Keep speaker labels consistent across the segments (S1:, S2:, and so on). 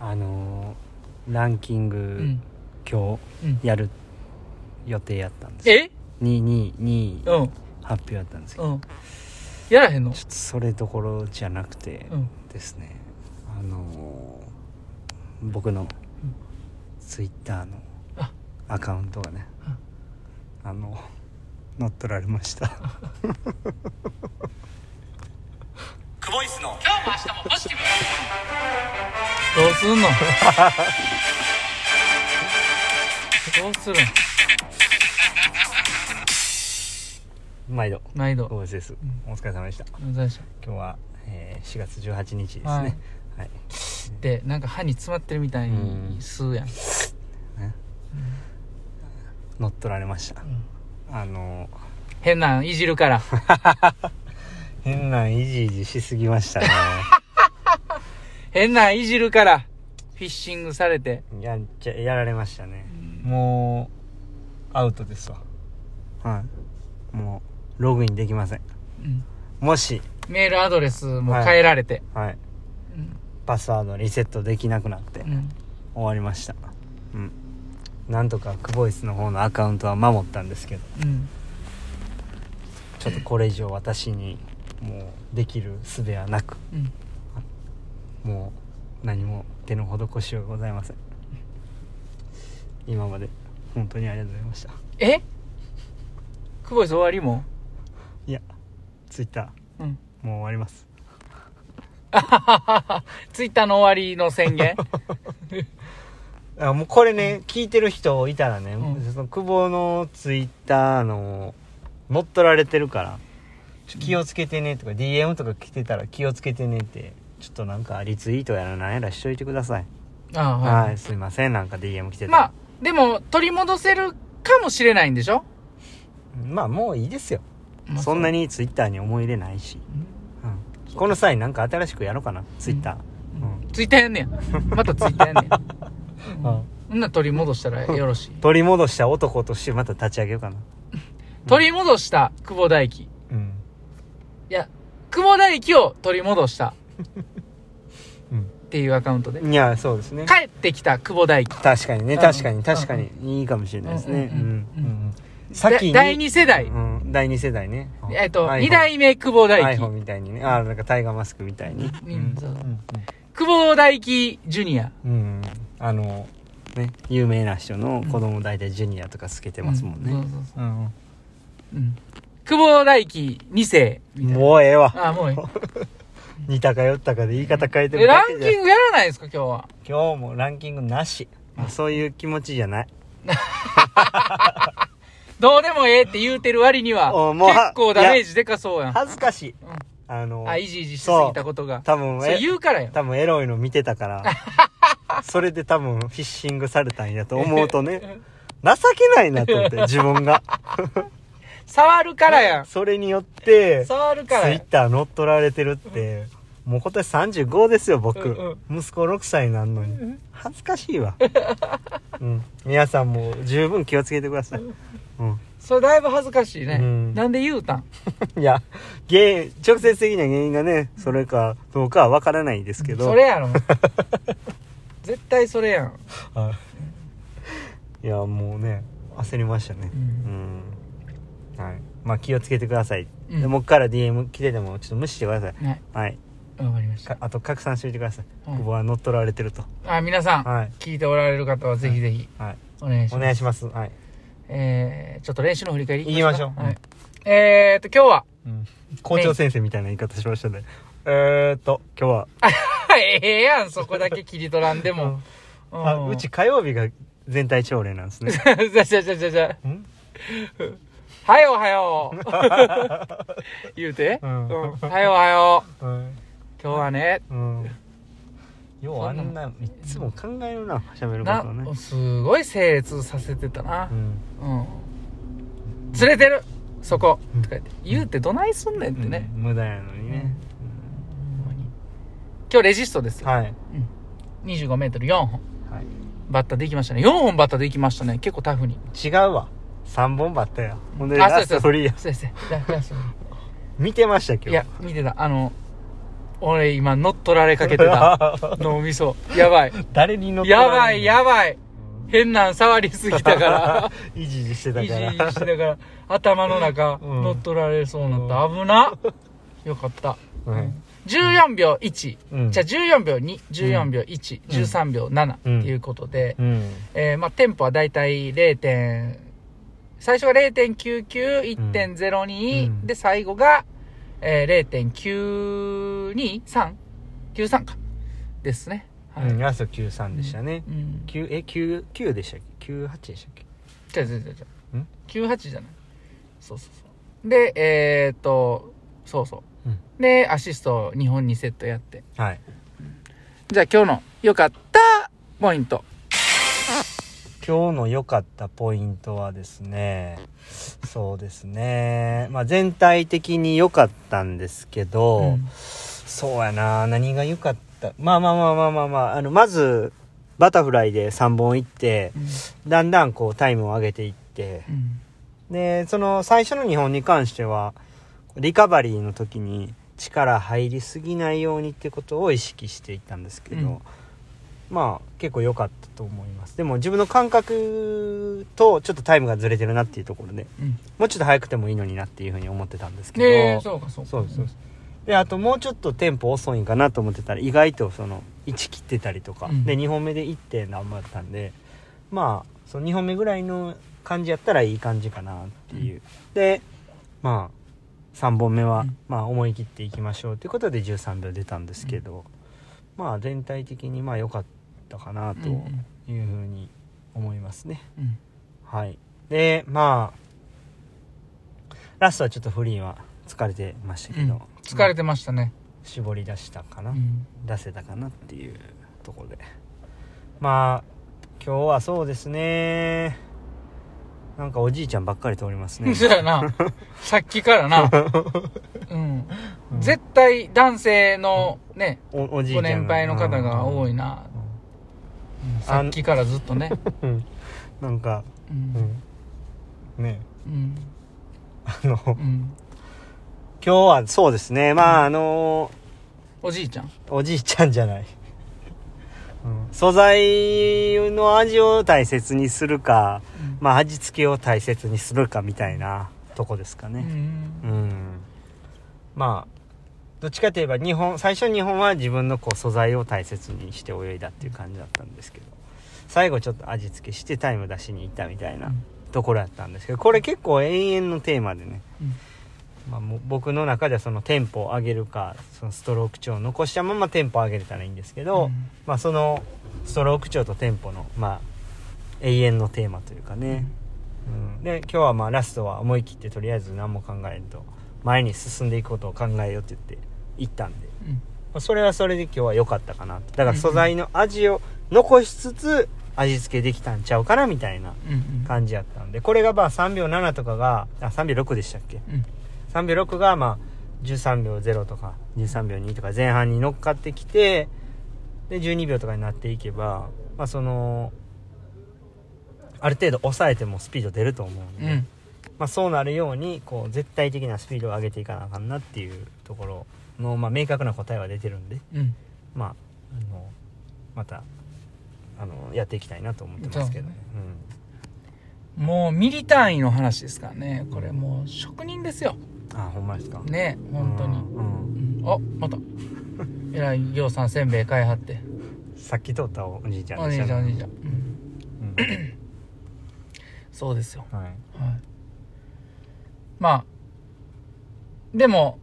S1: あのーランキング、
S2: うん
S1: 今
S2: うん
S1: 日やる予定やったんですよ
S2: え
S1: 2位2位2位
S2: うん
S1: 発表やったんですけど、
S2: うんやらへんの
S1: ちょっとそれどころじゃなくて
S2: うん
S1: ですね、あのー僕のツイッターの
S2: あ
S1: アカウントがね、あの乗っ取られま した
S3: クボイスの
S4: 今日も明日もポジティブ
S2: どうすんのどうするん
S1: 毎度
S2: 毎度
S1: ご無事です、お疲れ様でした
S2: どうでしょ
S1: 今日は、えー4月18日ですね、
S2: はい
S1: はい
S2: でなんか歯に詰まってるみたいに吸うやん
S1: 乗っ取られました、あのー
S2: 変なんいじるから
S1: 変なんイジイジしすぎました ね
S2: 変なんいじるからフィッシングされて
S1: やっちゃやられましたね
S2: も
S1: アウトですわはいもうログインできません
S2: う、うん
S1: もし
S2: メールアドレスも
S1: はい
S2: 変えられて、
S1: はい
S2: うん
S1: パスワードリセットできなくなって
S2: うん
S1: 終わりましたうんなんとかクボイスの方のアカウントは守ったんですけど
S2: うん
S1: ちょっとこれ以上私にもうできる術はなく
S2: うん
S1: もう何も手の施しようございません今まで本当にありがとうございました
S2: え久保井さん終わりも
S1: いやツイッタ
S2: ううん
S1: ーもう終わります
S2: ツイッターの終わりの 宣言
S1: あもうこれね、聞いてる人いたらね、
S2: うん
S1: その久保のツイッターの乗っ取られてるからちょ気をつけてねとか、DM とか来てたら気をつけてねってちょっとなんかリツイートやらなんやらしといてください、
S2: ああはい
S1: はいすいませんなんか DM 来てたら
S2: まあ、でも、取り戻せるかもしれないんでしょ
S1: まあもういいですよ、そんな
S2: に。
S1: にツイッターに思い入れないし、
S2: うん
S1: うん、この際なんか新しくやろうかなツイッタ
S2: うんツイッターやんねや。またツイッタ ーやんねや。
S1: ー、
S2: うんほんなら取り戻したらよろしい。
S1: 取り戻した男としてまた立ち上げようかな
S2: 取り戻した久保大輝。い
S1: うん
S2: や、久保大輝を取り戻した。
S1: うん
S2: っていうアカウントで。
S1: いやそうですね
S2: 帰ってきた久保大輝。
S1: 確かにね
S2: うん
S1: 確かに確かにいいかもしれないですね
S2: うんうん
S1: うん
S2: う
S1: う
S2: ん
S1: ん先に
S2: だ第2世代。
S1: うん第2世代ね
S2: えっと、
S1: iPhone
S2: 2代目久保大
S1: iPhone
S2: 輝。
S1: みたいにねああなんかタイガーマスクみたいに
S2: うん
S1: うん
S2: そう
S1: うん
S2: 久保大輝ジュニア。
S1: うんうんあのね有名な人の子供大体ジュニアとかつけてますもん
S2: うそう
S1: ね
S2: そうそ
S1: うん
S2: ううん久保大輝2世みたいな。
S1: もうええわ
S2: あ、も ういい。
S1: 似たかよったかで言い方変えて
S2: え、
S1: る
S2: ラ
S1: だ
S2: ン
S1: けじゃ
S2: キングやらないですか、今日は。
S1: 今日もランキングなしあそういう気持ちじゃない
S2: どうでもええって言うてる割には、
S1: おもう
S2: 結構ダメージでかそうやん。
S1: 恥ずかしい
S2: うん
S1: あの
S2: あ、いじいじしすぎたことが。
S1: 多分
S2: それ言うからやん。
S1: 多分エロいの見てたから それで多分フィッシングされたんやと思うとね情けないなと思って自分 が
S2: 触るからやん。
S1: それによってツイ
S2: 触るからや
S1: ッ
S2: ん。
S1: ター乗っ取られてるってもう今年35ですよ僕、
S2: うん
S1: 息子6歳なんのに恥ずかしい わ、うん、皆さんも十分気をつけてください、う
S2: それだいぶ恥ずかしいね。
S1: うん
S2: なんで言うたん
S1: ん、いや原因直接的な原因がねそれかどうかは分からないですけど
S2: それ やろ。絶対それやん。
S1: はいいやもうね焦りましたねうん、はいまあ気をつけてください、
S2: うん
S1: で僕から DM 来ててもちょっと無視してください
S2: ね。
S1: はい
S2: わかりまし
S1: か
S2: た。
S1: あと拡散しておいてください、
S2: うん
S1: 久保は乗っ取られてると
S2: あ、皆さん、
S1: はい
S2: 聞いておられる方はぜひぜひ、
S1: はい
S2: お願いします。
S1: お願いしますはい、
S2: えー、ちょっと練習の振り返りか
S1: 行きましょう
S2: はいえーっと、今日は、
S1: うん、校長先生みたいな言い方しましたねえーっと今日は
S2: はい ええやん、そこだけ切り取らんでも。
S1: あ
S2: ん
S1: うち火曜日が全体朝礼なんです ね
S2: じゃじゃじゃじゃじゃ
S1: ん。
S2: はよはよ。 言うて。う
S1: うんん
S2: はよはよ。
S1: うん、
S2: 今日はね。
S1: うん、ようあんないつも考えるな喋ること
S2: な
S1: はね、
S2: すごい整列させてたな
S1: う。ん
S2: うん。連れてる。そこ。
S1: うん
S2: とか言って。言うてどないすんねんってね。
S1: うん無駄やのにね、
S2: ほんまに今日レジストですよ。
S1: はい
S2: 25メートル4本。
S1: はい
S2: バッタできましたね。4本バッタできましたね。結構タフに。
S1: 違うわ3本バッタやほんでラストフリーや
S2: そうですね。ララストフリ
S1: 見てました今
S2: ー
S1: 日
S2: いや、見てた。あの、俺今乗っ取られか けてた 脳みそやばい
S1: 誰に乗って
S2: やばいや
S1: ば
S2: ばい変なん触りすぎ たか
S1: いじいじして
S2: ら
S1: た
S2: いじ
S1: か
S2: い
S1: ら
S2: じしながら頭の中
S1: うん
S2: 乗っ取られそうになった危なよかった
S1: うん
S2: 14秒1、
S1: うん
S2: じゃあ14秒214秒1、
S1: ん
S2: 13秒7っていうことで、
S1: うん
S2: えーまあ、テンポはだいたい0点最初が0.991.02、
S1: うん
S2: で最後が、えー、0.923993かですね、はい
S1: うんラスト93でしたね
S2: うん
S1: 9え九9でしたっけ98でしたっけ
S2: 違う違う違う違うん98じゃないそうそうそうでえー、っとそうそう、
S1: うん
S2: でアシスト2本2セットやって
S1: はい
S2: じゃあ今日の良かったポイント
S1: 今日の良かったポイントはですねそうですねまあ全体的に良かったんですけど、
S2: うん
S1: そうやな何が良かったまあまあまあまあまあまああのまずバタフライで3本行って
S2: うん
S1: だんだんこうタイムを上げていって
S2: うん
S1: でその最初の2本に関してはリカバリーの時に力入りすぎないようにってことを意識していったんですけど、
S2: うん
S1: まあ結構良かったと思いますでも自分の感覚とちょっとタイムがずれてるなっていうところで
S2: うん
S1: もうちょっと早くてもいいのになっていうふうに思ってたんですけど、
S2: でそうかそうか
S1: そうですそうですであともうちょっとテンポ遅いんかなと思ってたら意外とその1切ってたりとか、
S2: うん
S1: で2本目で1点何本だったんでまあその2本目ぐらいの感じやったらいい感じかなっていう、でまあ3本目は、
S2: うん
S1: まあ思い切っていきましょうということで13秒出たんですけど、まあ全体的にまあ良かったかなというふうに思いますね、
S2: うん
S1: はいでまあラストはちょっとフリーは疲れてましたけ
S2: うん
S1: ど、
S2: 疲れてましたね、
S1: 絞り出したかな、
S2: うん
S1: 出せたかなっていうところでまあ今日はそうですねなんかおじいちゃんばっかり通りますね
S2: そうやなさっきか らな、うん、絶対男性のね
S1: おおじいちゃん
S2: ご
S1: が
S2: 年配の方が多いな、うんさっきからずっとね、
S1: うんうんなんか、
S2: う
S1: うんんね
S2: うん
S1: あの今
S2: うん、
S1: 日はそうですねまああの
S2: おじいちゃん
S1: おじいちゃんじゃない、うん素材の味を大切にするか、
S2: うん
S1: まあ味付けを大切にするかみたいなとこですかね、
S2: うん
S1: うんまあどっちかといえば日本最初日本は自分のこう素材を大切にして泳いだっていう感じだったんですけど最後ちょっと味付けしてタイム出しに行ったみたいな
S2: うん
S1: ところやったんですけどこれ結構永遠のテーマでね、
S2: うん
S1: まあ、もう僕の中ではそのテンポを上げるかそのストローク長を残したままテンポを上げれたらいいんですけど、
S2: うん
S1: まあ、そのストローク長とテンポの、まあ、永遠のテーマというかね、うんで今日はまあラストは思い切ってとりあえず何も考えんと前に進んでいくことを考えようって言って行ったんで、ま
S2: うん
S1: あそれはそれで今日は良かったかなとだから素材の味を残しつつ味付けできたんちゃうかなみたいな
S2: うん
S1: 感じやったんでこれがまあ3秒7とかがあ3秒6でしたっけ
S2: うん
S1: 3秒6がまあ13秒0とか13秒2とか前半に乗っかってきてで12秒とかになっていけば、まあ、そのある程度抑えてもスピード出ると思うんで、
S2: うん
S1: まあ、そうなるようにこう絶対的なスピードを上げていかなあかんなっていうところの、まあ、明確な答えは出てるんで、
S2: うん
S1: まあ、あのまたあのやっていきたいなと思ってますけどね。
S2: もうミリ単位の話ですからねこれもう職人ですよ
S1: うん、あほんまですか
S2: ね本当に、
S1: うん
S2: うん、あまたえらいぎょうさんせんべい買いはって
S1: うんさっき通ったおじいちゃん
S2: お
S1: で
S2: じ
S1: した
S2: いち
S1: ね
S2: ゃんおじいちゃん、うん、
S1: うん
S2: そうですよ
S1: はい。
S2: はい、まあでも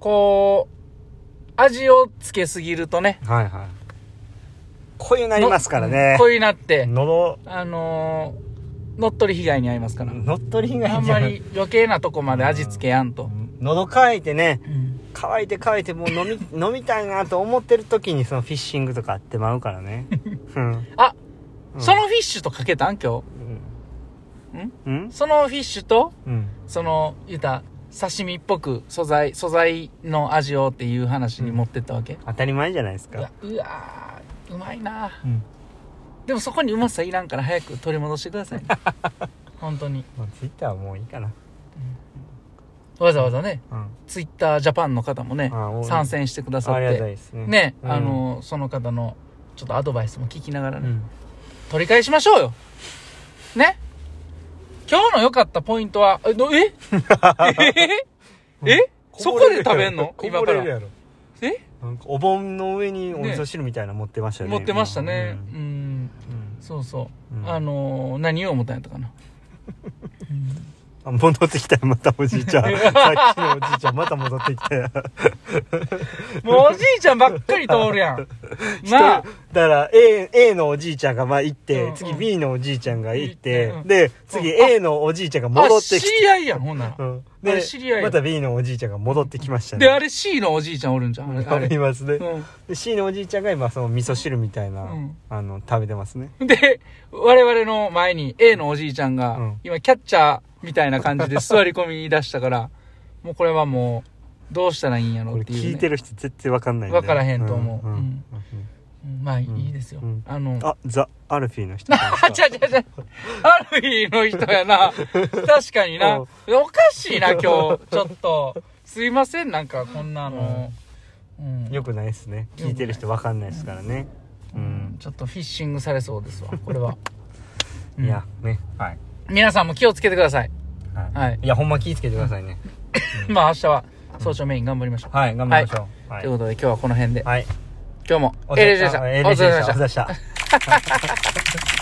S2: こう味をつけすぎるとね
S1: はいはい。こういうなりますからね。
S2: こういうなって
S1: 喉、
S2: あのー乗っ取り被害に遭いますから
S1: 乗っ取り以
S2: あ
S1: 外
S2: ん
S1: じゃ
S2: ま
S1: な
S2: り
S1: い。
S2: 余計なとこまで味付けやんと、
S1: 喉乾いてね、
S2: うん
S1: 乾いて乾いてもう飲み、 飲みたいなと思ってる時にそのフィッシングとかあってまうから ね。うん。
S2: あ、
S1: うん
S2: そのフィッシュとかけたん今
S1: うんうん
S2: 日そのフィッシュと
S1: うん。
S2: その言うた刺身っぽく素材素材の味をっていう話に持ってったわけ、
S1: 当たり前じゃないです
S2: うわ
S1: か。
S2: うわーうまいな
S1: うん。
S2: でもそこにうまさいらんから早 く取り戻してくださいね本当に
S1: まあ、ツイッターはもういいかな。
S2: わざわざね、
S1: うん、
S2: ツイッタージャパンの方もね
S1: あお、
S2: 参戦してくださっ
S1: ありがたい
S2: て、
S1: ですね
S2: ね、
S1: うん
S2: あの、その方の、ちょっとアドバイスも聞きながら
S1: う
S2: ね、
S1: ん
S2: 取り返しましょうよ。ね。今日の良かったポイントは、え、どえええそこで食べんの
S1: こ
S2: 今
S1: ぼ
S2: か
S1: れる
S2: ら。
S1: やろ
S2: え
S1: なんかお盆の上にお味噌汁みたいなの持ってましたよね
S2: 持ってましたね。
S1: う
S2: うん
S1: う
S2: ん。
S1: ん
S2: そうそう。
S1: うん
S2: あのー、何を思ったんやったかな。
S1: あ戻ってきたよまたおじい ちゃんさっきのおじいちゃんまた戻ってきたよ
S2: もうおじいちゃんばっかり通る やん。なあ。
S1: だから A, A のおじいちゃんがまあ行って、
S2: うんうん
S1: 次 B のおじいちゃんが行って、
S2: 行ってうん
S1: で次
S2: うん
S1: A のおじいちゃんが戻って
S2: あ
S1: き
S2: 知り合いやん、ほんな
S1: た、う
S2: ら。
S1: ん、
S2: あ
S1: で
S2: れ知り合いや
S1: また B のおじいちゃんが戻ってきましたね
S2: で、あれ C のおじいちゃんおるんじゃん。あ
S1: あり
S2: れ。
S1: ますね、
S2: う
S1: で C のおじいちゃんが今その味噌汁みたいな、
S2: うん
S1: あの食べてますね
S2: ん。 で、我々の前に A のおじいちゃん
S1: う
S2: が
S1: ん、
S2: 今キャッチャーみたいな感じで座り込み出したから、もうこれはもう、どうしたらいいんやろ
S1: こ
S2: う
S1: れ
S2: っていう、ね。
S1: 聞いてる人絶対分かんない
S2: わからへんと思ううんうんまあい
S1: うん
S2: いですよ。
S1: うん
S2: あの、
S1: あザ・アルフィーの人
S2: あ、ちゃちゃ ちゃ。アルフィーの人やな。確かにな。
S1: うん
S2: おかしいな、今日。ちょっと。すいません、なんか、こんなの。うん。
S1: よくないですね聞いてる人分かんないですからねう
S2: うんん、ちょっとフィッシングされそうですわ、これは。う ん
S1: いやねはい、
S2: 皆さんも気をつけてください。
S1: はい
S2: はい
S1: いやほんま気ぃつけてくださいね
S2: まあ、明日は、早朝メイン頑張りましょう。
S1: はい頑張りましょうは
S2: ということで、今日はこの辺で。
S1: はい
S2: 今日も、
S1: お疲
S2: エ
S1: れ
S2: レジでした。お疲れ
S1: 様
S2: 様でした。
S1: でした